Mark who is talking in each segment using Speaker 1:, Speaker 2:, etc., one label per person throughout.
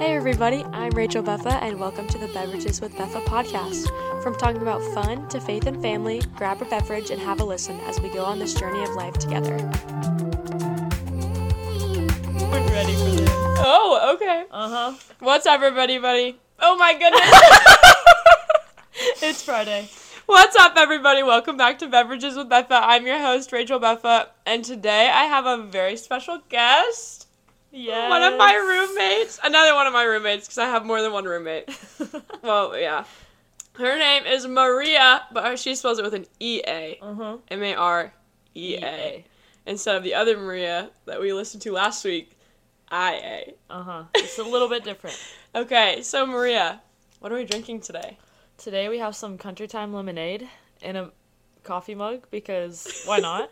Speaker 1: everybody. I'm Rachel Beffa, and welcome to the Beverages with Beffa podcast. From talking about fun to faith and family, grab a beverage and have a listen as we go on this journey of life together.
Speaker 2: I'm ready for this.
Speaker 1: Oh, okay.
Speaker 2: Uh huh.
Speaker 1: What's up, everybody, buddy? Oh my goodness.
Speaker 2: It's Friday.
Speaker 1: What's up, everybody? Welcome back to Beverages with Beffa. I'm your host, Rachel Beffa, and today I have a very special guest.
Speaker 2: Yeah.
Speaker 1: One of my roommates. Another one of my roommates, because I have more than one roommate. Well, yeah. Her name is Maria, but she spells it with an E A.
Speaker 2: uh huh.
Speaker 1: M A R E A. Instead of the other Maria that we listened to last week, I A.
Speaker 2: Uh huh. It's a little bit different.
Speaker 1: Okay, so Maria, what are we drinking today?
Speaker 2: Today we have some Country Time lemonade in a coffee mug because why not?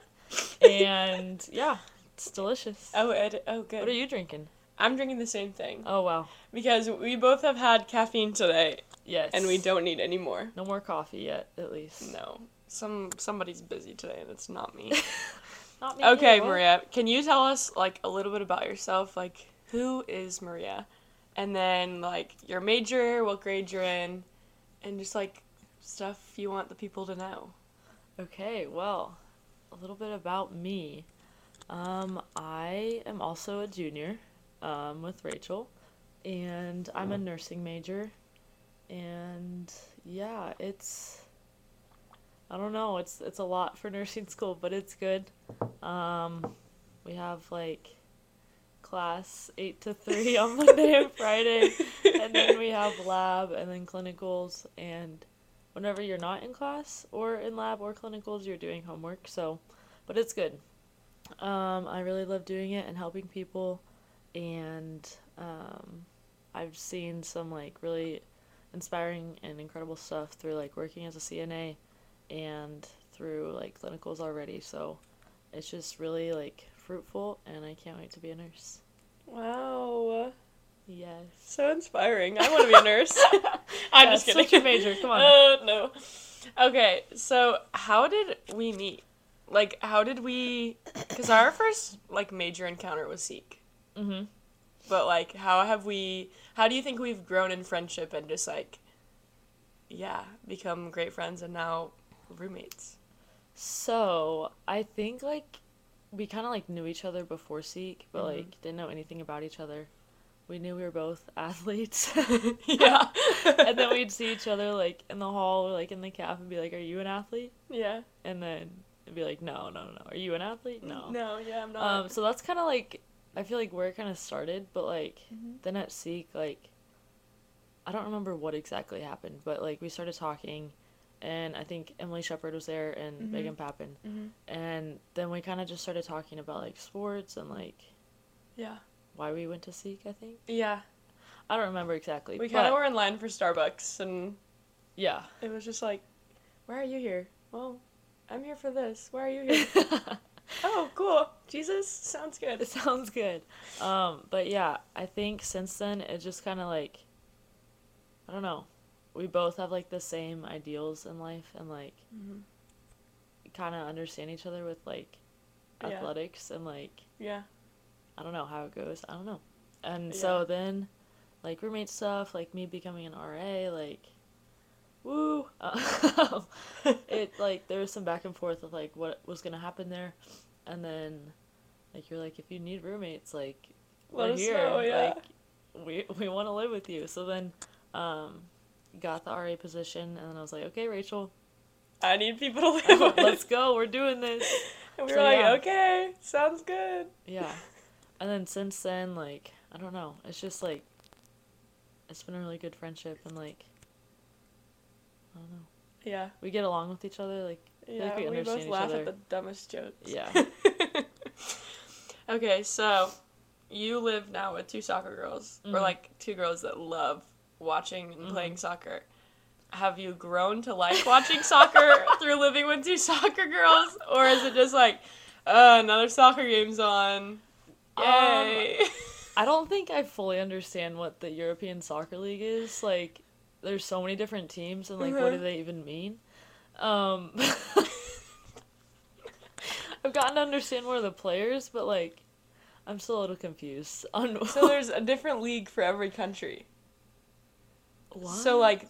Speaker 2: and yeah, it's delicious.
Speaker 1: Oh, it, oh,
Speaker 2: What are
Speaker 1: good.
Speaker 2: you drinking?
Speaker 1: I'm drinking the same thing
Speaker 2: Oh wow.
Speaker 1: because we both have had caffeine today
Speaker 2: Yes.
Speaker 1: and we don't need any more.
Speaker 2: No more coffee yet, at least.
Speaker 1: No, some somebody's busy today and it's not me.
Speaker 2: Not me
Speaker 1: Okay,
Speaker 2: either.
Speaker 1: Maria, can you tell us like a little bit about yourself? Like, who is Maria? And then like your major, what grade you're in, and just like stuff you want the people to know.
Speaker 2: Okay, well, a little bit about me. Um, I am also a junior um, with Rachel, and I'm a nursing major. And yeah, it's I don't know, it's it's a lot for nursing school, but it's good. Um, we have like class eight to three on Monday and Friday, and then we have lab and then clinicals and whenever you're not in class or in lab or clinicals you're doing homework so but it's good um, i really love doing it and helping people and um, i've seen some like really inspiring and incredible stuff through like working as a cna and through like clinicals already so it's just really like fruitful and i can't wait to be a nurse
Speaker 1: Wow,
Speaker 2: yes
Speaker 1: so inspiring. I want to be a nurse. I'm
Speaker 2: Yeah,
Speaker 1: just kidding.
Speaker 2: switch your major, come on.
Speaker 1: Uh, no. Okay, so how did we meet? Like, how did we? Because our first like major encounter was Seek.
Speaker 2: mm-hmm
Speaker 1: But like, how have we? How do you think we've grown in friendship and just like, yeah, become great friends and now roommates?
Speaker 2: So I think like we kind of like knew each other before Seek, but
Speaker 1: Mhm.
Speaker 2: like didn't know anything about each other. We knew we were both athletes,
Speaker 1: yeah.
Speaker 2: and then we'd see each other like in the hall or like in the caf and be like, "Are you an athlete?"
Speaker 1: Yeah.
Speaker 2: And then it'd be like, "No, no, no, no. Are you an athlete?" No.
Speaker 1: No. Yeah, I'm not.
Speaker 2: Um. So that's kind of like I feel like where it kind of started, but like
Speaker 1: Mm-hmm.
Speaker 2: then at Seek, like I don't remember what exactly happened, but like we started talking, and I think Emily Shepard was there and
Speaker 1: Mhm.
Speaker 2: Megan Pappen and then we kind of just started talking about like sports and like
Speaker 1: Yeah.
Speaker 2: why we went to seek i think
Speaker 1: Yeah.
Speaker 2: i don't remember exactly
Speaker 1: We kind of
Speaker 2: but-
Speaker 1: were in line for Starbucks, and
Speaker 2: yeah
Speaker 1: it was just like, "Why are you here? Well, I'm here for this. Why are you here? oh, cool. Jesus, sounds
Speaker 2: it
Speaker 1: good.
Speaker 2: sounds good um but yeah i think since then it just kind of like i don't know we both have like the same ideals in life and like
Speaker 1: Mhm.
Speaker 2: kind of understand each other with like
Speaker 1: Yeah.
Speaker 2: athletics and like
Speaker 1: Yeah.
Speaker 2: I don't know how it goes. I don't know. And
Speaker 1: Yeah.
Speaker 2: so then, like roommate stuff, like me becoming an RA, like, woo. Uh, it like there was some back and forth of like what was gonna happen there, and then, like you're like if you need roommates, like
Speaker 1: Let
Speaker 2: we're
Speaker 1: us
Speaker 2: here,
Speaker 1: know. Yeah.
Speaker 2: like we we want to live with you. So then, um, got the RA position, and then I was like, okay, Rachel,
Speaker 1: I need people to live with.
Speaker 2: let's go. We're doing this.
Speaker 1: And we
Speaker 2: So,
Speaker 1: were like,
Speaker 2: yeah.
Speaker 1: okay, sounds good.
Speaker 2: Yeah. And then since then, like, I don't know. It's just like it's been a really good friendship and like I don't know.
Speaker 1: Yeah.
Speaker 2: We get along with each other, like
Speaker 1: Yeah,
Speaker 2: we
Speaker 1: we,
Speaker 2: understand
Speaker 1: both
Speaker 2: each
Speaker 1: laugh
Speaker 2: other.
Speaker 1: at the dumbest jokes.
Speaker 2: Yeah.
Speaker 1: okay, so you live now with two soccer girls, or
Speaker 2: Mhm.
Speaker 1: like two girls that love watching and playing
Speaker 2: Mhm.
Speaker 1: soccer. Have you grown to like watching soccer through living with two soccer girls, or is it just like, uh, another soccer game's on?
Speaker 2: Um,
Speaker 1: Yay!
Speaker 2: I don't think I fully understand what the European Soccer League is. Like there's so many different teams and like what
Speaker 1: Mhm.
Speaker 2: do they even mean? Um I've gotten to understand more of the players, but like I I'm still a little confused on
Speaker 1: So there's a different league for every country.
Speaker 2: what?
Speaker 1: So like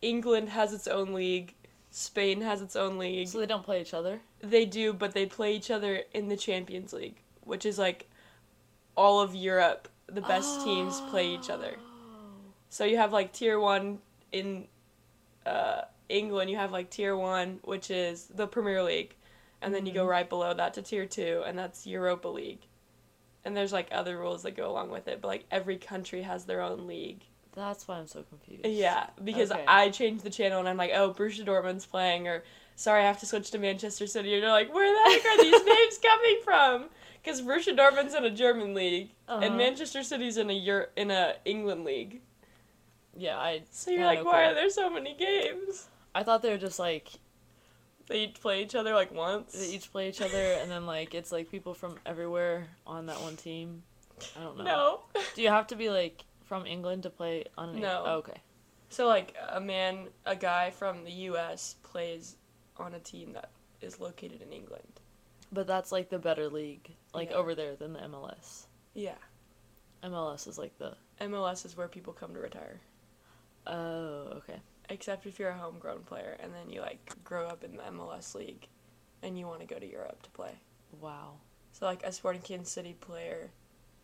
Speaker 1: England has its own league, Spain has its own league.
Speaker 2: so they don't play each other.
Speaker 1: They do, but they play each other in the Champions League, which is like all of Europe. The best teams play each other.
Speaker 2: Ah.
Speaker 1: So you have like tier one in uh, England. You have like tier one, which is the Premier League, and then you go right below that to tier two, and that's Europa League. And there's like other rules that go along with it, but like every country has their own league.
Speaker 2: That's why I'm so confused.
Speaker 1: Yeah, because
Speaker 2: Okay.
Speaker 1: I changed the channel and I'm like, oh, Borussia Dortmund's playing, or sorry, I have to switch to Manchester City. And you're like, where the heck are these names coming from? Because Borussia Dortmund's in a German league
Speaker 2: Uh-huh.
Speaker 1: and Manchester City's in a Euro- in a England league.
Speaker 2: Yeah, I.
Speaker 1: So you're
Speaker 2: Yeah,
Speaker 1: like,
Speaker 2: no
Speaker 1: why
Speaker 2: clue.
Speaker 1: are there so many games?
Speaker 2: I thought they were just like
Speaker 1: They each play each other like once.
Speaker 2: they each play each other, and then like it's like people from everywhere on that one team. I don't know.
Speaker 1: no.
Speaker 2: Do you have to be like from England to play on? An
Speaker 1: No.
Speaker 2: Oh, okay.
Speaker 1: So like a man, a guy from the U.S. plays on a team that is located in England.
Speaker 2: But that's like the better league, like
Speaker 1: Yeah.
Speaker 2: over there than the MLS.
Speaker 1: Yeah,
Speaker 2: MLS is like the.
Speaker 1: MLS is where people come to retire.
Speaker 2: Oh, okay.
Speaker 1: except if you're a homegrown player and then you like grow up in the MLS league and you want to go to Europe to play.
Speaker 2: Wow.
Speaker 1: So like a Sporting Kansas City player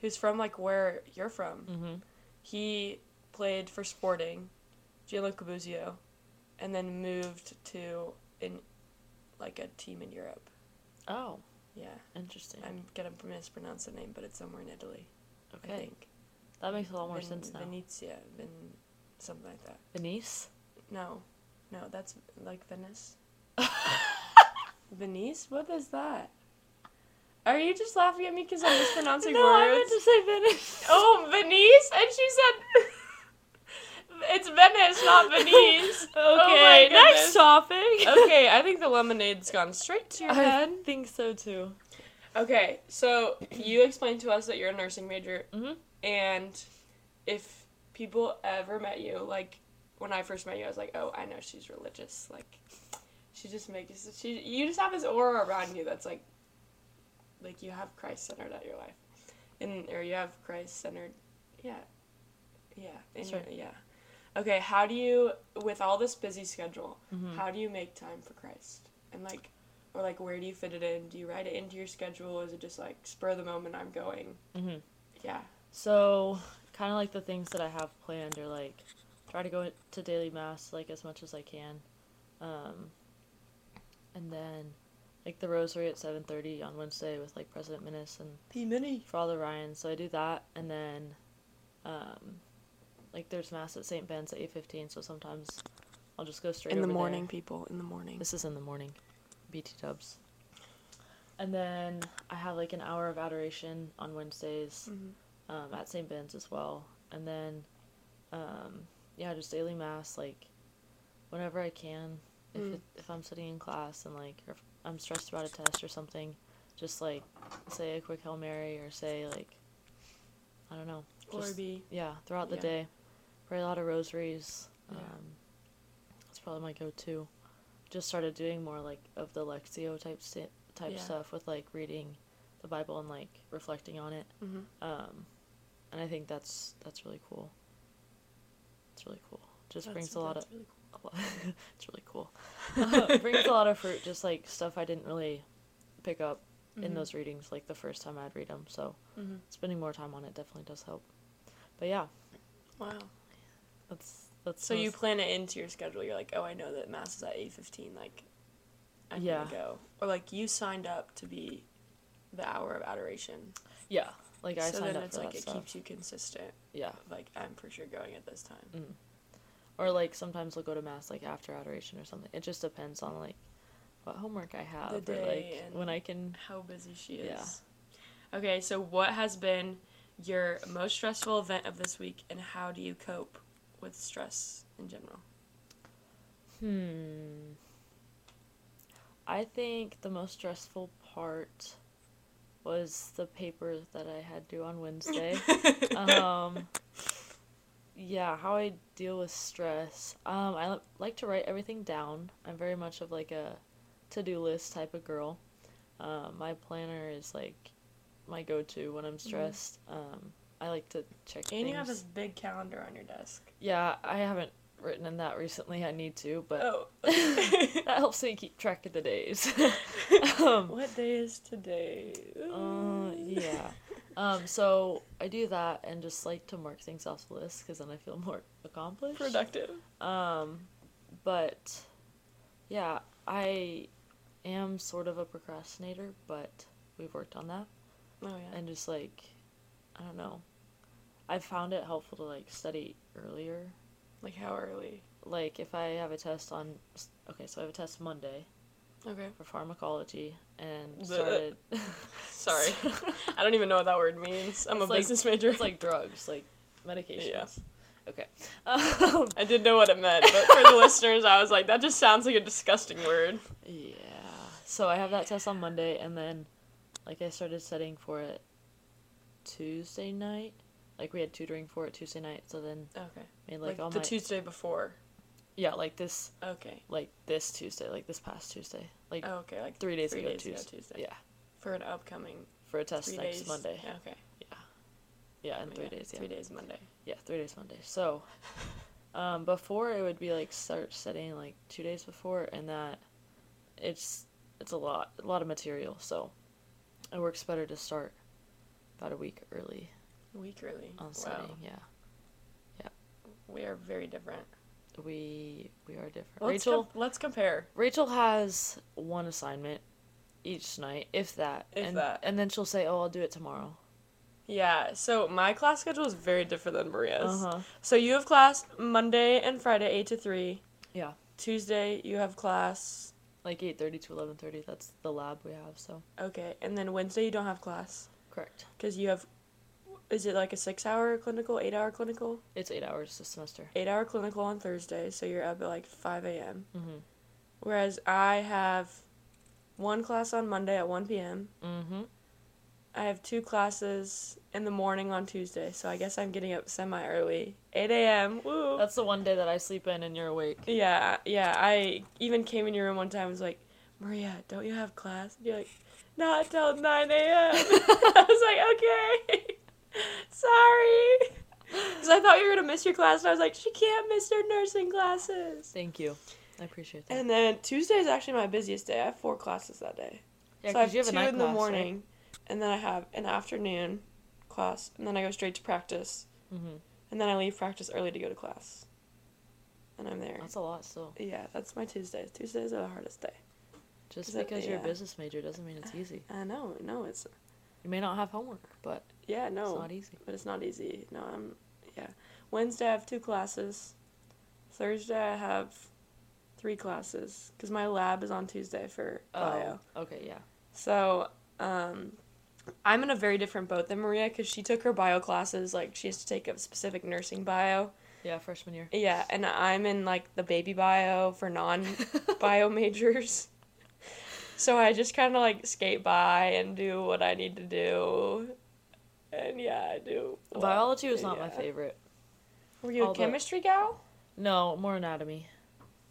Speaker 1: who's from like where you're from,
Speaker 2: Mm-hmm.
Speaker 1: he played for Sporting, Gianluca Busio, and then moved to in like a team in Europe.
Speaker 2: Oh,
Speaker 1: Yeah,
Speaker 2: interesting.
Speaker 1: I'm gonna mispronounce the name, but it's somewhere in Italy. I
Speaker 2: okay,
Speaker 1: think
Speaker 2: that makes a lot more
Speaker 1: Ven-
Speaker 2: sense now.
Speaker 1: Venezia, Ven, something like that.
Speaker 2: Venice.
Speaker 1: No, no, that's like Venice. Venice? What is that? Are you just laughing at me because I'm mispronouncing
Speaker 2: no, I meant
Speaker 1: words?
Speaker 2: to say Venice.
Speaker 1: Oh, Venice? And she said, "It's Venice, not Venice."
Speaker 2: okay.
Speaker 1: Oh my
Speaker 2: next
Speaker 1: goodness.
Speaker 2: topic.
Speaker 1: okay, I think the lemonade's gone straight to your head.
Speaker 2: I think so too.
Speaker 1: Okay, so you explained to us that you're a nursing major,
Speaker 2: Mm-hmm.
Speaker 1: and if people ever met you, like when I first met you, I was like, oh, I know she's religious. Like, she just makes she. You just have this aura around you that's like, like you have Christ centered at your life, and or you have Christ centered, yeah, yeah, in your-
Speaker 2: Sure.
Speaker 1: yeah. Okay, how do you with all this busy schedule?
Speaker 2: Mhm.
Speaker 1: How do you make time for Christ? And like, or like, where do you fit it in? Do you write it into your schedule? Is it just like spur of the moment? I'm going.
Speaker 2: Mm-hmm.
Speaker 1: Yeah.
Speaker 2: So, kind of like the things that I have planned are like try to go to daily mass like as much as I can, um, and then like the rosary at seven thirty on Wednesday with like President Minnis and
Speaker 1: P mini.
Speaker 2: Father Ryan. So I do that, and then um, like there's mass at St. Ben's at eight fifteen. So sometimes I'll just go straight
Speaker 1: in the
Speaker 2: over there.
Speaker 1: morning, people. In the morning.
Speaker 2: This is in the morning. BT dubs. And then I have like an hour of adoration on Wednesdays
Speaker 1: Mhm.
Speaker 2: um, at St. Ben's as well. And then, um, yeah, just daily mass, like whenever I can. If,
Speaker 1: Mm.
Speaker 2: it, if I'm sitting in class and like or if I'm stressed about a test or something, just like say a quick Hail Mary or say like, I don't know.
Speaker 1: Glory
Speaker 2: just-
Speaker 1: be.
Speaker 2: yeah, throughout the
Speaker 1: Yeah.
Speaker 2: day. Pray a lot of rosaries.
Speaker 1: Yeah.
Speaker 2: Um, that's probably my go-to. Just started doing more like of the Lexio type st- type
Speaker 1: Yeah.
Speaker 2: stuff with like reading the Bible and like reflecting on it.
Speaker 1: Mm-hmm.
Speaker 2: Um, and I think that's that's really cool. It's really cool. Just brings a lot of
Speaker 1: Really
Speaker 2: a lot- it's really cool. Uh, brings a lot of fruit. Just like stuff I didn't really pick up
Speaker 1: cool.
Speaker 2: in those readings like the first time I'd read them. So
Speaker 1: hmm
Speaker 2: spending more time on it definitely does help. But yeah.
Speaker 1: Wow.
Speaker 2: That's that's
Speaker 1: So
Speaker 2: most-
Speaker 1: you plan it into your schedule. You're like, oh, I know that mass is at eight fifteen. Like, I'm
Speaker 2: Yeah.
Speaker 1: gonna go. Or like you signed up to be the hour of adoration.
Speaker 2: yeah like I
Speaker 1: so
Speaker 2: signed
Speaker 1: then
Speaker 2: up
Speaker 1: it's
Speaker 2: for
Speaker 1: like
Speaker 2: that
Speaker 1: it
Speaker 2: stuff.
Speaker 1: keeps you consistent.
Speaker 2: yeah,
Speaker 1: Like I'm for sure going at this time.
Speaker 2: or like sometimes I'll go to mass like after adoration or something. It just depends on like what homework I have or
Speaker 1: day
Speaker 2: like when
Speaker 1: and-
Speaker 2: I can.
Speaker 1: How busy she
Speaker 2: Yeah.
Speaker 1: is. Okay, so what has been your most stressful event of this week, and how do you cope with stress in general?
Speaker 2: Hmm. I think the most stressful part was the paper that I had due on Wednesday. um, yeah, how I deal with stress. Um, I li- like to write everything down. I'm very much of like a to-do list type of girl. Um, my planner is like my go-to when I'm stressed. Um, I like to check.
Speaker 1: Mm-hmm. And you have
Speaker 2: things.
Speaker 1: this big calendar on your desk.
Speaker 2: Yeah, I haven't written in that recently. I need to, but
Speaker 1: Oh.
Speaker 2: that helps me keep track of the days. um,
Speaker 1: what day is today?
Speaker 2: uh, yeah. Um, so I do that and just like to mark things off the list because then I feel more accomplished.
Speaker 1: Productive.
Speaker 2: Um, but yeah, I am sort of a procrastinator, but we've worked on that
Speaker 1: Oh yeah.
Speaker 2: and just like I don't know. I found it helpful to like study earlier.
Speaker 1: Like how early?
Speaker 2: Like if I have a test on okay, so I have a test Monday
Speaker 1: Okay.
Speaker 2: for pharmacology and
Speaker 1: Bleh.
Speaker 2: started
Speaker 1: Sorry. I don't even know what that word means. I'm
Speaker 2: It's
Speaker 1: a
Speaker 2: like-
Speaker 1: business major.
Speaker 2: it's like drugs, like medications.
Speaker 1: Yeah.
Speaker 2: Okay. Um,
Speaker 1: I did know what it meant, but for the listeners, I was like, that just sounds like a disgusting word.
Speaker 2: Yeah. So I have that test on Monday, and then, like, I started studying for it Tuesday night. Like, we had tutoring for it Tuesday night, so then
Speaker 1: Okay.
Speaker 2: made, like,
Speaker 1: Like,
Speaker 2: all
Speaker 1: the
Speaker 2: my...
Speaker 1: Tuesday before.
Speaker 2: yeah, like, this,
Speaker 1: Okay.
Speaker 2: like, this Tuesday, like, this past Tuesday. Like,
Speaker 1: Oh, okay. Like
Speaker 2: three days
Speaker 1: three
Speaker 2: ago
Speaker 1: days ago
Speaker 2: Tuesday.
Speaker 1: Tuesday.
Speaker 2: Yeah.
Speaker 1: for an upcoming
Speaker 2: For a test
Speaker 1: three
Speaker 2: next
Speaker 1: days.
Speaker 2: Monday. Yeah.
Speaker 1: Okay.
Speaker 2: Yeah, in
Speaker 1: Oh,
Speaker 2: three days, yeah.
Speaker 1: Three days Monday.
Speaker 2: Yeah, three days Monday. So, um, before it would be, like, start studying, like, two days before, and that it's, it's a lot, a lot of material, so it works better to start about a week early.
Speaker 1: Week early.
Speaker 2: on
Speaker 1: wow.
Speaker 2: studying. Yeah,
Speaker 1: We are very different.
Speaker 2: we we are different.
Speaker 1: Let's
Speaker 2: Rachel
Speaker 1: com- let's compare.
Speaker 2: Rachel has one assignment each night, if that,
Speaker 1: If
Speaker 2: and
Speaker 1: that.
Speaker 2: and then she'll say, "Oh, I'll do it tomorrow."
Speaker 1: Yeah, so my class schedule is very different than Maria's.
Speaker 2: Uh huh.
Speaker 1: So you have class Monday and Friday, 8 to 3.
Speaker 2: Yeah,
Speaker 1: Tuesday, you have class.
Speaker 2: like eight thirty to eleven thirty. That's the lab we have. So
Speaker 1: Okay, and then Wednesday, you don't have class.
Speaker 2: correct.
Speaker 1: Because you have. Is it like a six hour clinical, eight hour clinical?
Speaker 2: It's eight hours this semester.
Speaker 1: Eight hour clinical on Thursday, so you're up at like 5 a.m.
Speaker 2: Mhm.
Speaker 1: Whereas I have one class on Monday at 1 p.m.
Speaker 2: Mhm.
Speaker 1: I have two classes in the morning on Tuesday, so I guess I'm getting up semi early. 8 a.m. Woo!
Speaker 2: That's the one day that I sleep in and you're awake.
Speaker 1: Yeah, yeah. I even came in your room one time and was like, Maria, don't you have class? And you're like, not till 9 a.m. I was like, okay, sorry. Because I thought you were going to miss your class, and I was like, she can't miss her nursing classes.
Speaker 2: Thank you. I appreciate that.
Speaker 1: And then Tuesday is actually my busiest day. I have four classes that day.
Speaker 2: yeah,
Speaker 1: so I have,
Speaker 2: 'cause you have
Speaker 1: two
Speaker 2: a night
Speaker 1: in
Speaker 2: class,
Speaker 1: the
Speaker 2: right?
Speaker 1: morning, and then I have an afternoon class, and then I go straight to practice,
Speaker 2: Mhm.
Speaker 1: and then I leave practice early to go to class. And I'm there.
Speaker 2: That's a lot. So
Speaker 1: Yeah, that's my Tuesdays. Tuesdays are the hardest day.
Speaker 2: just
Speaker 1: Is that-
Speaker 2: because you're a
Speaker 1: yeah.
Speaker 2: business major doesn't mean it's easy.
Speaker 1: I know, no, it's
Speaker 2: You may not have homework, but
Speaker 1: yeah,
Speaker 2: it's
Speaker 1: no,
Speaker 2: not e- easy.
Speaker 1: but it's not easy. No, I'm yeah. Wednesday I have two classes. Thursday I have three classes because my lab is on Tuesday for bio.
Speaker 2: Oh, okay. Yeah.
Speaker 1: So um, I'm in a very different boat than Maria because she took her bio classes like she has to take a specific nursing bio.
Speaker 2: Yeah. Freshman year.
Speaker 1: Yeah, and I'm in like the baby bio for non bio majors. So I just kind of like skate by and do what I need to do. And yeah, I do. what-
Speaker 2: Biology was not my
Speaker 1: yeah.
Speaker 2: favorite.
Speaker 1: Were you a
Speaker 2: although-
Speaker 1: chemistry gal?
Speaker 2: No, more anatomy.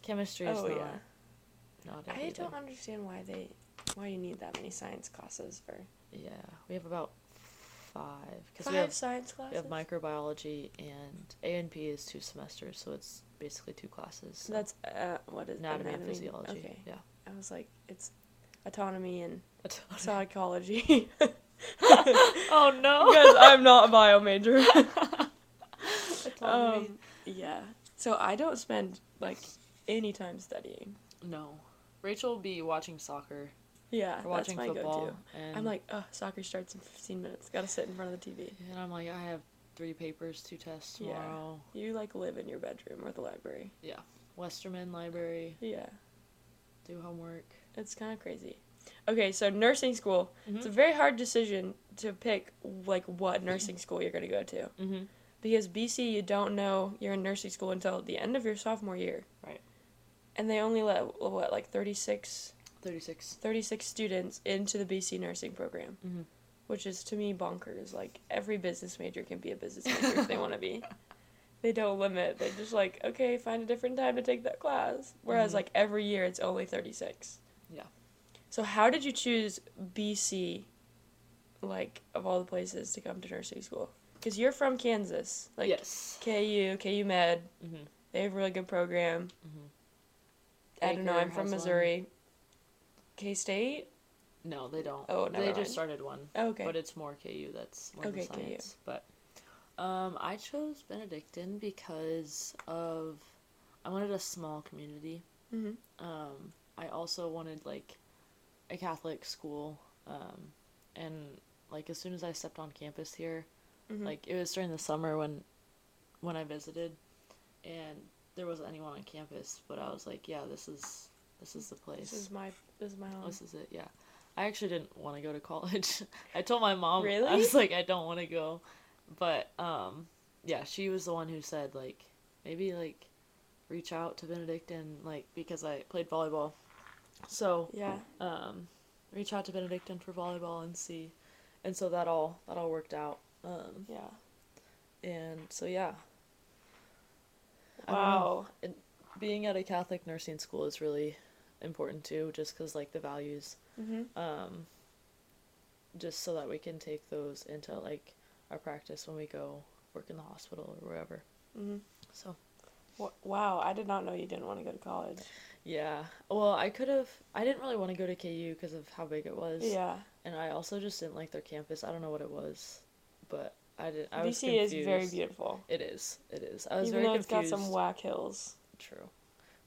Speaker 2: Chemistry is
Speaker 1: Oh,
Speaker 2: not.
Speaker 1: yeah.
Speaker 2: Not it
Speaker 1: I
Speaker 2: either.
Speaker 1: don't understand why they why you need that many science classes for
Speaker 2: Yeah, we have about five because
Speaker 1: five
Speaker 2: we have
Speaker 1: science classes.
Speaker 2: we have microbiology and A and P is two semesters, so it's basically two classes. so
Speaker 1: That's uh, what is
Speaker 2: anatomy, and physiology.
Speaker 1: Okay,
Speaker 2: Yeah.
Speaker 1: I was like, it's autonomy and
Speaker 2: Autonomy.
Speaker 1: psychology
Speaker 2: oh no.
Speaker 1: because I'm not a bio major. Um,
Speaker 2: Autonomy.
Speaker 1: Yeah. So I don't spend like any time studying.
Speaker 2: no. Rachel will be watching soccer
Speaker 1: Yeah,
Speaker 2: or watching
Speaker 1: that's my
Speaker 2: football,
Speaker 1: go-to.
Speaker 2: and
Speaker 1: I'm like, oh, soccer starts in 15 minutes. Gotta sit in front of the TV.
Speaker 2: and I'm like, I have three papers, two tests
Speaker 1: Yeah.
Speaker 2: tomorrow.
Speaker 1: You like live in your bedroom or the library.
Speaker 2: Westerman Library,
Speaker 1: Yeah,
Speaker 2: do homework.
Speaker 1: it's kind of crazy. Okay, so nursing school.
Speaker 2: Mm-hmm.
Speaker 1: It's a very hard decision to pick like what nursing school you're gonna go to
Speaker 2: Mm-hmm.
Speaker 1: because BC you don't know you're in nursing school until the end of your sophomore year.
Speaker 2: Right.
Speaker 1: And they only let what like 36
Speaker 2: 36.
Speaker 1: 36 students into the BC nursing program,
Speaker 2: Mhm.
Speaker 1: which is to me bonkers. Like every business major can be a business major if they want to be. They don't limit. They just like okay, find a different time to take that class. Whereas
Speaker 2: Mhm.
Speaker 1: like every year it's only 36.
Speaker 2: Yeah.
Speaker 1: So how did you choose BC like of all the places to come to nursing school? Because you're from Kansas, like
Speaker 2: yes.
Speaker 1: KU, KU Med.
Speaker 2: Mhm.
Speaker 1: They have a really good program. I don't know.
Speaker 2: Mm-hmm. Baker
Speaker 1: I'm from
Speaker 2: has one.
Speaker 1: Missouri. K State.
Speaker 2: No, they don't.
Speaker 1: Oh,
Speaker 2: They
Speaker 1: never mind.
Speaker 2: just started one,
Speaker 1: Oh, okay.
Speaker 2: but it's more KU. That's more
Speaker 1: Okay,
Speaker 2: than
Speaker 1: KU.
Speaker 2: science. But um, I chose Benedictine because of I wanted a small community.
Speaker 1: Mhm.
Speaker 2: Um, I also wanted like a Catholic school, um, and like as soon as I stepped on campus here,
Speaker 1: Mhm.
Speaker 2: like it was during the summer when when I visited, and there wasn't anyone on campus. But I was like, yeah, this is this is the place.
Speaker 1: This is my this is my home.
Speaker 2: This is it, yeah. I actually didn't want to go to college. I told my mom. I
Speaker 1: Really?
Speaker 2: was like, I don't want to go. But um, yeah, she was the one who said like maybe like reach out to Benedictine like because I played volleyball. So
Speaker 1: Yeah.
Speaker 2: um, reach out to Benedictine for volleyball and see, and so that all that all worked out. Um,
Speaker 1: Yeah.
Speaker 2: and so yeah, I don't know.
Speaker 1: Wow.
Speaker 2: being at a Catholic nursing school is really important too, just because like the values
Speaker 1: Mm-hmm.
Speaker 2: um, just so that we can take those into like our practice when we go work in the hospital or wherever.
Speaker 1: Mm-hmm.
Speaker 2: So
Speaker 1: Wh- Wow, I did not know you didn't want to go to college.
Speaker 2: yeah, well, I could have. I didn't really want to go to KU because of how big it was.
Speaker 1: Yeah,
Speaker 2: and I also just didn't like their campus. I don't know what it was, but I did. I was
Speaker 1: BC is very
Speaker 2: confused.
Speaker 1: beautiful.
Speaker 2: It is. It is. I was
Speaker 1: Even though
Speaker 2: very
Speaker 1: it's got
Speaker 2: confused.
Speaker 1: some whack hills.
Speaker 2: True.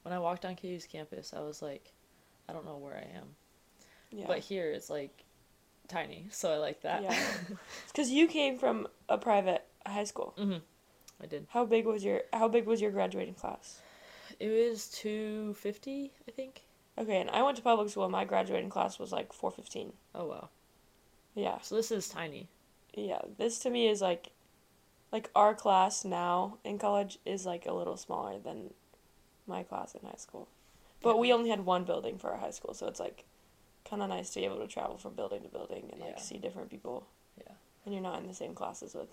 Speaker 2: When I walked on KU's campus, I was like, I don't know where I am.
Speaker 1: Yeah,
Speaker 2: But here it's like tiny, so I like that.
Speaker 1: Yeah. because you came from a private high school.
Speaker 2: hmm I did.
Speaker 1: How big was your How big was your graduating class?
Speaker 2: It was 250, I think.
Speaker 1: Okay, and I went to public school, and my graduating class was like four fifteen.
Speaker 2: Oh wow.
Speaker 1: Yeah,
Speaker 2: So this is tiny.
Speaker 1: yeah. This to me is like, like our class now in college is like a little smaller than my class in high school, but we only had one building for our high school, so it's like, kind of nice to be able to travel from building to building and like
Speaker 2: Yeah.
Speaker 1: see different people.
Speaker 2: Yeah.
Speaker 1: and you're not in the same classes with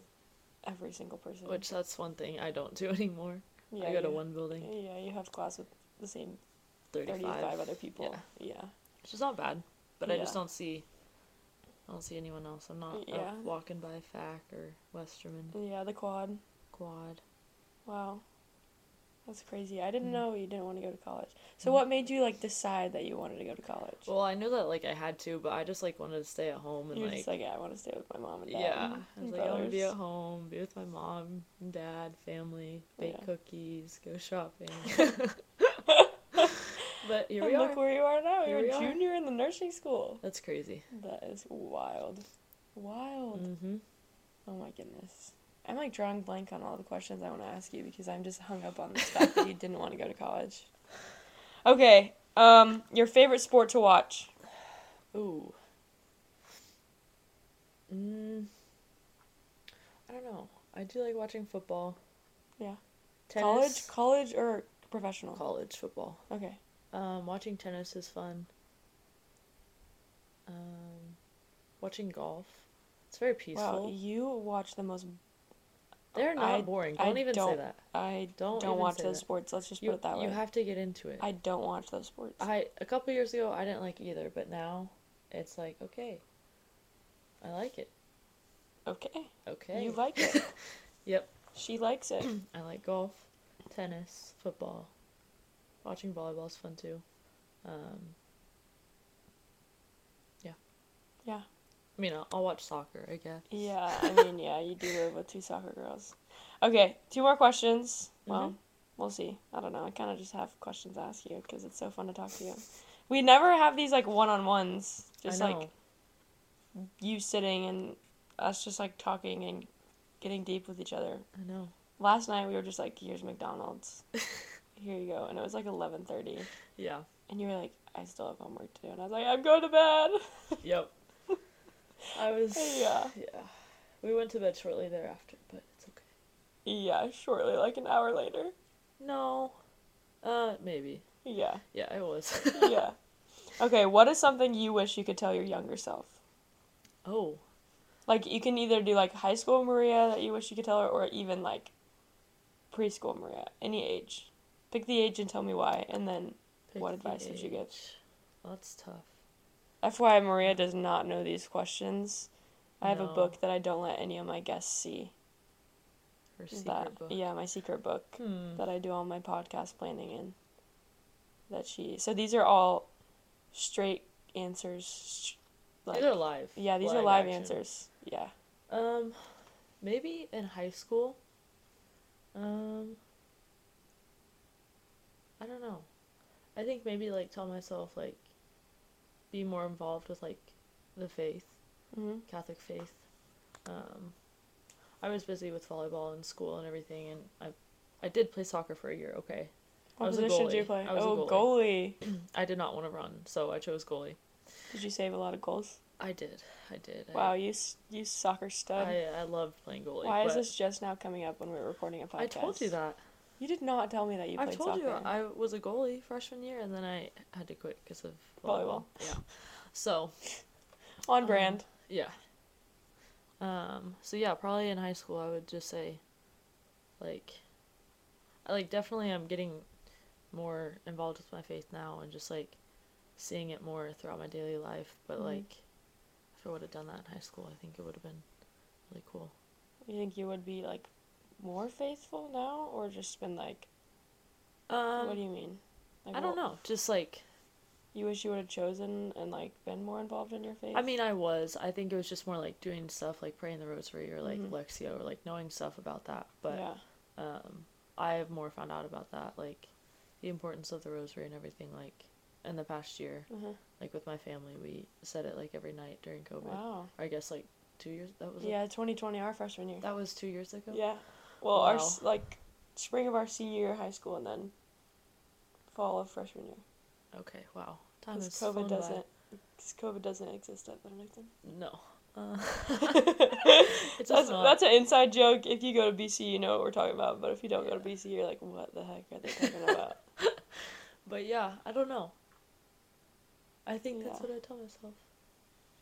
Speaker 1: every single person.
Speaker 2: Which that's one thing I don't do anymore.
Speaker 1: Mm. yeah,
Speaker 2: I go to
Speaker 1: you-
Speaker 2: one building,
Speaker 1: Yeah, you have class with the same
Speaker 2: 35,
Speaker 1: 35, other people. Yeah.
Speaker 2: which is not bad, but I just
Speaker 1: Yeah.
Speaker 2: don't see I don't see anyone else. I'm not out
Speaker 1: Yeah.
Speaker 2: walking by FAC or Westerman
Speaker 1: yeah. the quad.
Speaker 2: Quad.
Speaker 1: Wow. That's crazy. I didn't
Speaker 2: Mhm.
Speaker 1: know you didn't want to go to college. So
Speaker 2: Mhm.
Speaker 1: what made you like decide that you wanted to go to college?
Speaker 2: Well, I knew that like I had to, but I just like wanted to stay at home and
Speaker 1: You're
Speaker 2: like,
Speaker 1: just like, yeah, I want to stay with my mom and dad.
Speaker 2: yeah, I was
Speaker 1: and
Speaker 2: like "Oh, I want to be
Speaker 1: brothers."
Speaker 2: at home, be with my mom, and dad, family, bake
Speaker 1: Yeah.
Speaker 2: cookies, go shopping. but here we
Speaker 1: and
Speaker 2: are.
Speaker 1: Oh, look where you are now.
Speaker 2: Here
Speaker 1: You're
Speaker 2: we
Speaker 1: a
Speaker 2: are.
Speaker 1: junior in the nursing school.
Speaker 2: That's crazy.
Speaker 1: That is wild. Wild.
Speaker 2: Mm-hmm.
Speaker 1: Oh my goodness. I'm like drawing blank on all the questions I want to ask you because I'm just hung up on the fact that you didn't want to go to college. Okay. Um, your favorite sport to watch?
Speaker 2: Ooh. Mm, I don't know. I do like watching football.
Speaker 1: Yeah.
Speaker 2: Tennis.
Speaker 1: College, college, or professional?
Speaker 2: College football.
Speaker 1: Okay.
Speaker 2: Um, watching tennis is fun. Um, watching golf. It's very peaceful.
Speaker 1: Wow, you watch the most.
Speaker 2: They're not
Speaker 1: I-
Speaker 2: boring.
Speaker 1: I
Speaker 2: Don't even say
Speaker 1: don't
Speaker 2: that.
Speaker 1: I
Speaker 2: Don't
Speaker 1: don't,
Speaker 2: even
Speaker 1: watch
Speaker 2: say
Speaker 1: those
Speaker 2: that.
Speaker 1: sports. Let's just
Speaker 2: You,
Speaker 1: put it that
Speaker 2: you
Speaker 1: way.
Speaker 2: have to get into it.
Speaker 1: I don't watch those sports.
Speaker 2: I a couple years ago I didn't like either, but now it's like okay. I like it.
Speaker 1: okay.
Speaker 2: Okay.
Speaker 1: You like it.
Speaker 2: Yep.
Speaker 1: she likes it.
Speaker 2: I like golf, tennis, football. Watching volleyball is fun too. Um, yeah.
Speaker 1: Yeah.
Speaker 2: I mean, I'll, I'll watch soccer, I guess.
Speaker 1: Yeah, I mean, yeah, you do live with two soccer girls. Okay, two more questions. Well,
Speaker 2: Mhm.
Speaker 1: we'll see. I don't know. I kind of just have questions to ask you because it's so fun to talk to you. We never have these like one on ones, just
Speaker 2: I know.
Speaker 1: like you sitting and us just like talking and getting deep with each other.
Speaker 2: I know.
Speaker 1: Last night we were just like, "Here's McDonald's, here you go," and it was like eleven thirty,
Speaker 2: Yeah.
Speaker 1: and you were like, "I still have homework to do," and I was like, "I'm going to bed."
Speaker 2: Yep. I was.
Speaker 1: Yeah.
Speaker 2: Yeah. We went to bed shortly thereafter, but it's okay.
Speaker 1: yeah, shortly, like an hour later.
Speaker 2: No. Uh, maybe.
Speaker 1: Yeah.
Speaker 2: Yeah, I was.
Speaker 1: yeah. Okay, what is something you wish you could tell your younger self?
Speaker 2: oh.
Speaker 1: Like you can either do like high school Maria that you wish you could tell her or even like preschool Maria, any age. Pick the age and tell me why and then What
Speaker 2: the
Speaker 1: advice would you give?
Speaker 2: age. That's tough.
Speaker 1: FYI Maria does not know these questions I have a
Speaker 2: No.
Speaker 1: book that I don't let any of my guests see.
Speaker 2: Her secret
Speaker 1: that
Speaker 2: book.
Speaker 1: yeah, my secret book
Speaker 2: Hmm.
Speaker 1: that I do all my podcast planning in. That she so these are all straight answers. sh- Like
Speaker 2: these are live.
Speaker 1: yeah, these are live
Speaker 2: action.
Speaker 1: answers. Yeah,
Speaker 2: Um, maybe in high school. Um, I don't know. I think maybe like tell myself like be more involved with like the faith,
Speaker 1: hmm
Speaker 2: Catholic faith. Um, I was busy with volleyball in school and everything, and I I did play soccer for a year. Okay, I
Speaker 1: What
Speaker 2: was a
Speaker 1: position did you
Speaker 2: goalie.
Speaker 1: play?
Speaker 2: I was a
Speaker 1: oh, goalie.
Speaker 2: I did not want to run, so I chose goalie.
Speaker 1: Did you save a lot of goals?
Speaker 2: I did. I did. I-
Speaker 1: Wow, you s- you soccer stud.
Speaker 2: I, I loved playing goalie.
Speaker 1: Why is
Speaker 2: but
Speaker 1: this just now coming up when we're recording a podcast?
Speaker 2: I told you that.
Speaker 1: You did not tell me that you
Speaker 2: I
Speaker 1: played
Speaker 2: told
Speaker 1: soccer.
Speaker 2: you uh, I was a goalie freshman year, and then I had to quit because of
Speaker 1: Volleyball.
Speaker 2: volleyball. Yeah. So
Speaker 1: On brand.
Speaker 2: yeah. Um. So yeah, probably in high school, I would just say, like, I like definitely I'm getting more involved with my faith now, and just like seeing it more throughout my daily life. But
Speaker 1: Mhm.
Speaker 2: like, if I would have done that in high school, I think it would have been really cool.
Speaker 1: You think you would be like more faithful now, or just been like?
Speaker 2: Um.
Speaker 1: what do you mean? Like,
Speaker 2: I don't
Speaker 1: what-
Speaker 2: know. Just like
Speaker 1: You wish you would have chosen and like been more involved in your faith.
Speaker 2: I mean, I was. I think it was just more like doing stuff like praying the rosary or like
Speaker 1: Mhm.
Speaker 2: Lexio or like knowing stuff about that. But
Speaker 1: yeah,
Speaker 2: um, I have more found out about that, like the importance of the rosary and everything. Like in the past year,
Speaker 1: uh-huh.
Speaker 2: like with my family, we said it like every night during COVID.
Speaker 1: wow,
Speaker 2: Or I guess like two years. That was
Speaker 1: yeah, 2020, our freshman year.
Speaker 2: That was two years ago.
Speaker 1: Yeah, well, our
Speaker 2: Wow.
Speaker 1: s- like spring of our senior year of high school, and then fall of freshman year.
Speaker 2: Okay. Wow. Time
Speaker 1: Because
Speaker 2: is
Speaker 1: COVID
Speaker 2: flown by.
Speaker 1: doesn't, because COVID doesn't exist at Bennington.
Speaker 2: No. Uh, it does
Speaker 1: That's,
Speaker 2: not.
Speaker 1: that's an inside joke. If you go to BC, you know what we're talking about. But if you don't go to BC, you're like, what the heck are they talking about?
Speaker 2: But yeah, I don't know. I think that's
Speaker 1: Yeah.
Speaker 2: what I tell myself.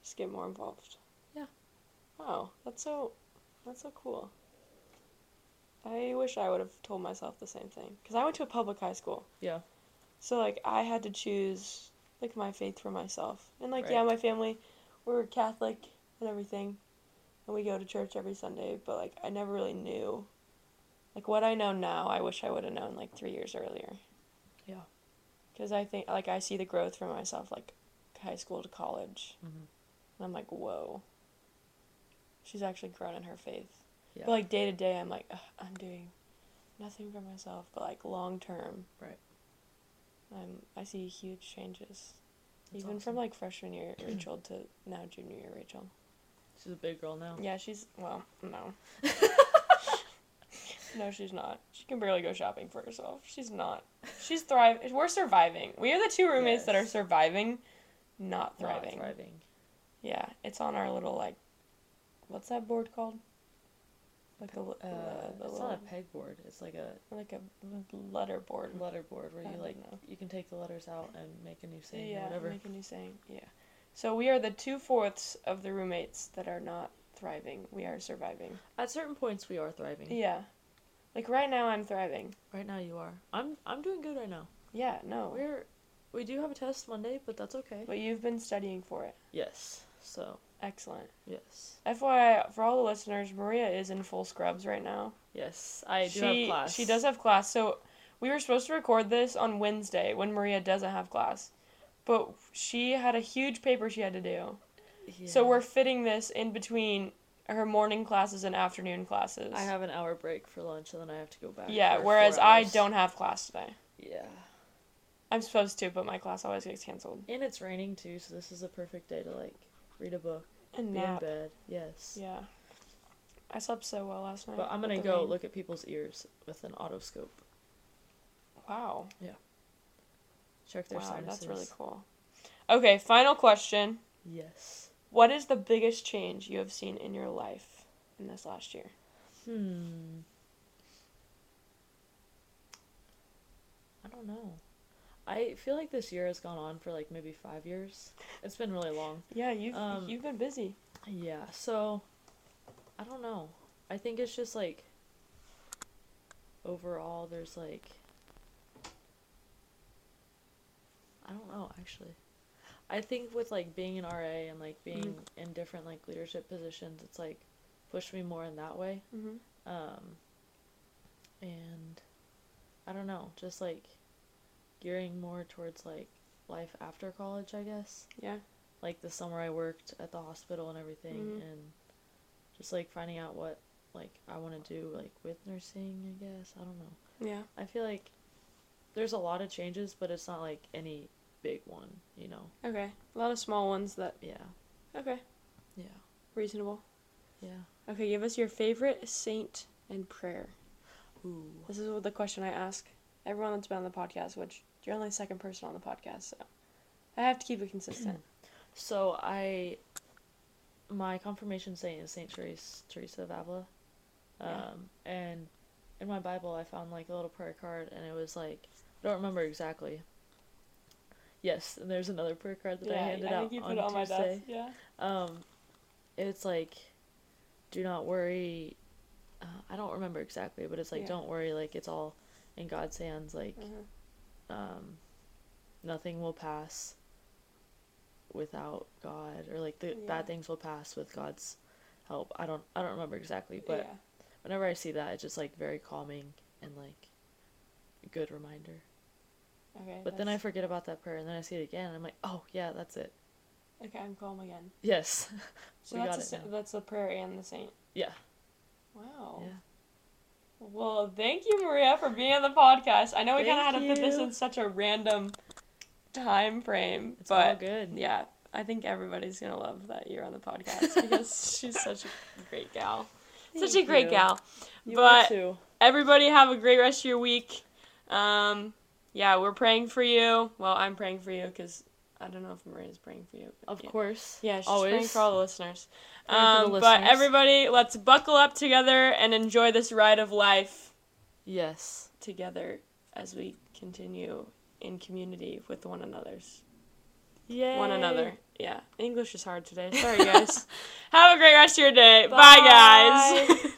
Speaker 1: Just get more involved.
Speaker 2: Yeah.
Speaker 1: Wow, that's so, that's so cool. I wish I would have told myself the same thing because I went to a public high school.
Speaker 2: Yeah.
Speaker 1: So like I had to choose like my faith for myself. And like
Speaker 2: Right.
Speaker 1: yeah, my family we were Catholic and everything. And we go to church every Sunday, but like I never really knew like what I know now, I wish I would have known like 3 years earlier.
Speaker 2: Yeah.
Speaker 1: Cuz I think like I see the growth for myself like high school to college.
Speaker 2: Mhm.
Speaker 1: And I'm like, "Whoa." She's actually grown in her faith.
Speaker 2: Yeah.
Speaker 1: But like day to day, I'm like, "Ugh, I'm doing nothing for myself, but like long term,
Speaker 2: Right.
Speaker 1: I'm I see huge changes,
Speaker 2: That's
Speaker 1: even
Speaker 2: awesome.
Speaker 1: from like freshman year Rachel to now junior year Rachel.
Speaker 2: She's a big girl now.
Speaker 1: Yeah, she's well, no, no, she's not. She can barely go shopping for herself. She's not. She's thriving. We're surviving. We are the two roommates that are
Speaker 2: Yes.
Speaker 1: surviving, not
Speaker 2: Not
Speaker 1: thriving.
Speaker 2: thriving.
Speaker 1: Yeah, it's on our little like, what's that board called? Like a, li-
Speaker 2: Uh,
Speaker 1: uh, the
Speaker 2: it's
Speaker 1: little,
Speaker 2: not a pegboard. It's like a
Speaker 1: like a letter board.
Speaker 2: letterboard where
Speaker 1: I
Speaker 2: you
Speaker 1: don't
Speaker 2: like
Speaker 1: know.
Speaker 2: you can take the letters out and make a new saying
Speaker 1: yeah,
Speaker 2: or whatever.
Speaker 1: Make a new saying. Yeah. So we are the two fourths of the roommates that are not thriving. We are surviving.
Speaker 2: At certain points, we are thriving.
Speaker 1: Yeah. Like right now, I'm thriving.
Speaker 2: Right now, you are. I'm I'm doing good right now.
Speaker 1: Yeah. No.
Speaker 2: We're we do have a test Monday, but that's okay.
Speaker 1: But you've been studying for it.
Speaker 2: Yes. So
Speaker 1: Excellent.
Speaker 2: yes,
Speaker 1: FYI, for all the listeners, Maria is in full scrubs right now.
Speaker 2: yes. I do
Speaker 1: she,
Speaker 2: have class.
Speaker 1: She does have class. So we were supposed to record this on Wednesday when Maria doesn't have class. But she had a huge paper she had to do. So
Speaker 2: Yeah.
Speaker 1: we're fitting this in between her morning classes and afternoon classes.
Speaker 2: I have an hour break for lunch, and then I have to go back.
Speaker 1: Yeah,
Speaker 2: for
Speaker 1: whereas
Speaker 2: four
Speaker 1: I
Speaker 2: hours.
Speaker 1: don't have class today.
Speaker 2: Yeah.
Speaker 1: I'm supposed to, but my class always gets canceled.
Speaker 2: And it's raining too, so this is a perfect day to like read a book,
Speaker 1: And
Speaker 2: be in
Speaker 1: nap.
Speaker 2: bed. Yes.
Speaker 1: Yeah. I slept so well last night.
Speaker 2: But I'm
Speaker 1: with
Speaker 2: gonna
Speaker 1: the
Speaker 2: go
Speaker 1: rain.
Speaker 2: look at people's ears with an otoscope.
Speaker 1: Wow.
Speaker 2: Check their
Speaker 1: Wow,
Speaker 2: sinuses.
Speaker 1: that's really cool. Okay, final question.
Speaker 2: Yes.
Speaker 1: What is the biggest change you have seen in your life in this last year?
Speaker 2: Hmm. I don't know. I feel like this year has gone on for like maybe five years. It's been really long.
Speaker 1: Yeah, you've
Speaker 2: Um,
Speaker 1: you've been busy.
Speaker 2: Yeah. So, I don't know. I think it's just like overall, there's like I don't know actually. I think with like being an RA and like being in different like leadership positions, it's like pushed me more in that way.
Speaker 1: Mhm.
Speaker 2: Um, and I don't know, just like gearing more towards like life after college, I guess.
Speaker 1: Yeah.
Speaker 2: Like the summer I worked at the hospital and everything,
Speaker 1: Mhm.
Speaker 2: and just like finding out what like I want to do like with nursing. I guess I don't know.
Speaker 1: Yeah.
Speaker 2: I feel like there's a lot of changes, but it's not like any big one, you know?
Speaker 1: Okay. A lot of small ones that.
Speaker 2: Yeah,
Speaker 1: Okay.
Speaker 2: yeah,
Speaker 1: Reasonable.
Speaker 2: yeah.
Speaker 1: Okay, give us your favorite saint and prayer.
Speaker 2: Ooh.
Speaker 1: This is what the question I ask everyone that's been on the podcast, which you're only the second person on the podcast, so I have to keep it consistent.
Speaker 2: So I, my confirmation saint is Saint Therese, Teresa of Avila, um,
Speaker 1: Yeah.
Speaker 2: and in my Bible I found like a little prayer card, and it was like I don't remember exactly. Yes, and there's another prayer card that I handed out on Tuesday.
Speaker 1: Yeah.
Speaker 2: Um, it's like, do not worry. Uh, I don't remember exactly, but it's like,
Speaker 1: Yeah.
Speaker 2: don't worry. Like it's all in God's hands. Like,
Speaker 1: Uh-huh.
Speaker 2: um, nothing will pass without God, or like the
Speaker 1: Yeah.
Speaker 2: bad things will pass with God's help. I don't, I don't remember exactly, but
Speaker 1: yeah.
Speaker 2: whenever I see that, it's just like very calming and like a good reminder.
Speaker 1: Okay.
Speaker 2: But then I
Speaker 1: that's-
Speaker 2: forget about that prayer, and then I see it again, and I'm like, oh yeah, that's it.
Speaker 1: Okay, I'm calm again.
Speaker 2: Yes.
Speaker 1: So
Speaker 2: We
Speaker 1: that's
Speaker 2: got
Speaker 1: a,
Speaker 2: it
Speaker 1: sa-
Speaker 2: now.
Speaker 1: that's the prayer and the saint.
Speaker 2: yeah.
Speaker 1: Wow.
Speaker 2: Yeah.
Speaker 1: Well, thank you, Maria, for being on the podcast. I know we kind of had
Speaker 2: Thank
Speaker 1: to fit this
Speaker 2: you.
Speaker 1: in such a random time frame,
Speaker 2: It's
Speaker 1: but
Speaker 2: all good.
Speaker 1: yeah, I think everybody's gonna love that you're on the podcast because she's such a great gal, such a
Speaker 2: Thank
Speaker 1: great
Speaker 2: you.
Speaker 1: gal.
Speaker 2: You are
Speaker 1: but
Speaker 2: too.
Speaker 1: everybody have a great rest of your week. Um, yeah, we're praying for you. Well, I'm praying for you because I don't know if Maria's praying for you. but
Speaker 2: Of
Speaker 1: yeah.
Speaker 2: course.
Speaker 1: Yeah, she's praying
Speaker 2: Always.
Speaker 1: for all the listeners.
Speaker 2: Praying for
Speaker 1: Um,
Speaker 2: the
Speaker 1: But
Speaker 2: listeners.
Speaker 1: everybody, let's buckle up together and enjoy this ride of life
Speaker 2: Yes.
Speaker 1: together as we continue in community with one another's
Speaker 2: Yeah.
Speaker 1: one another. Yeah, English is hard today. Sorry, guys. Have a great rest of your day. Bye, guys.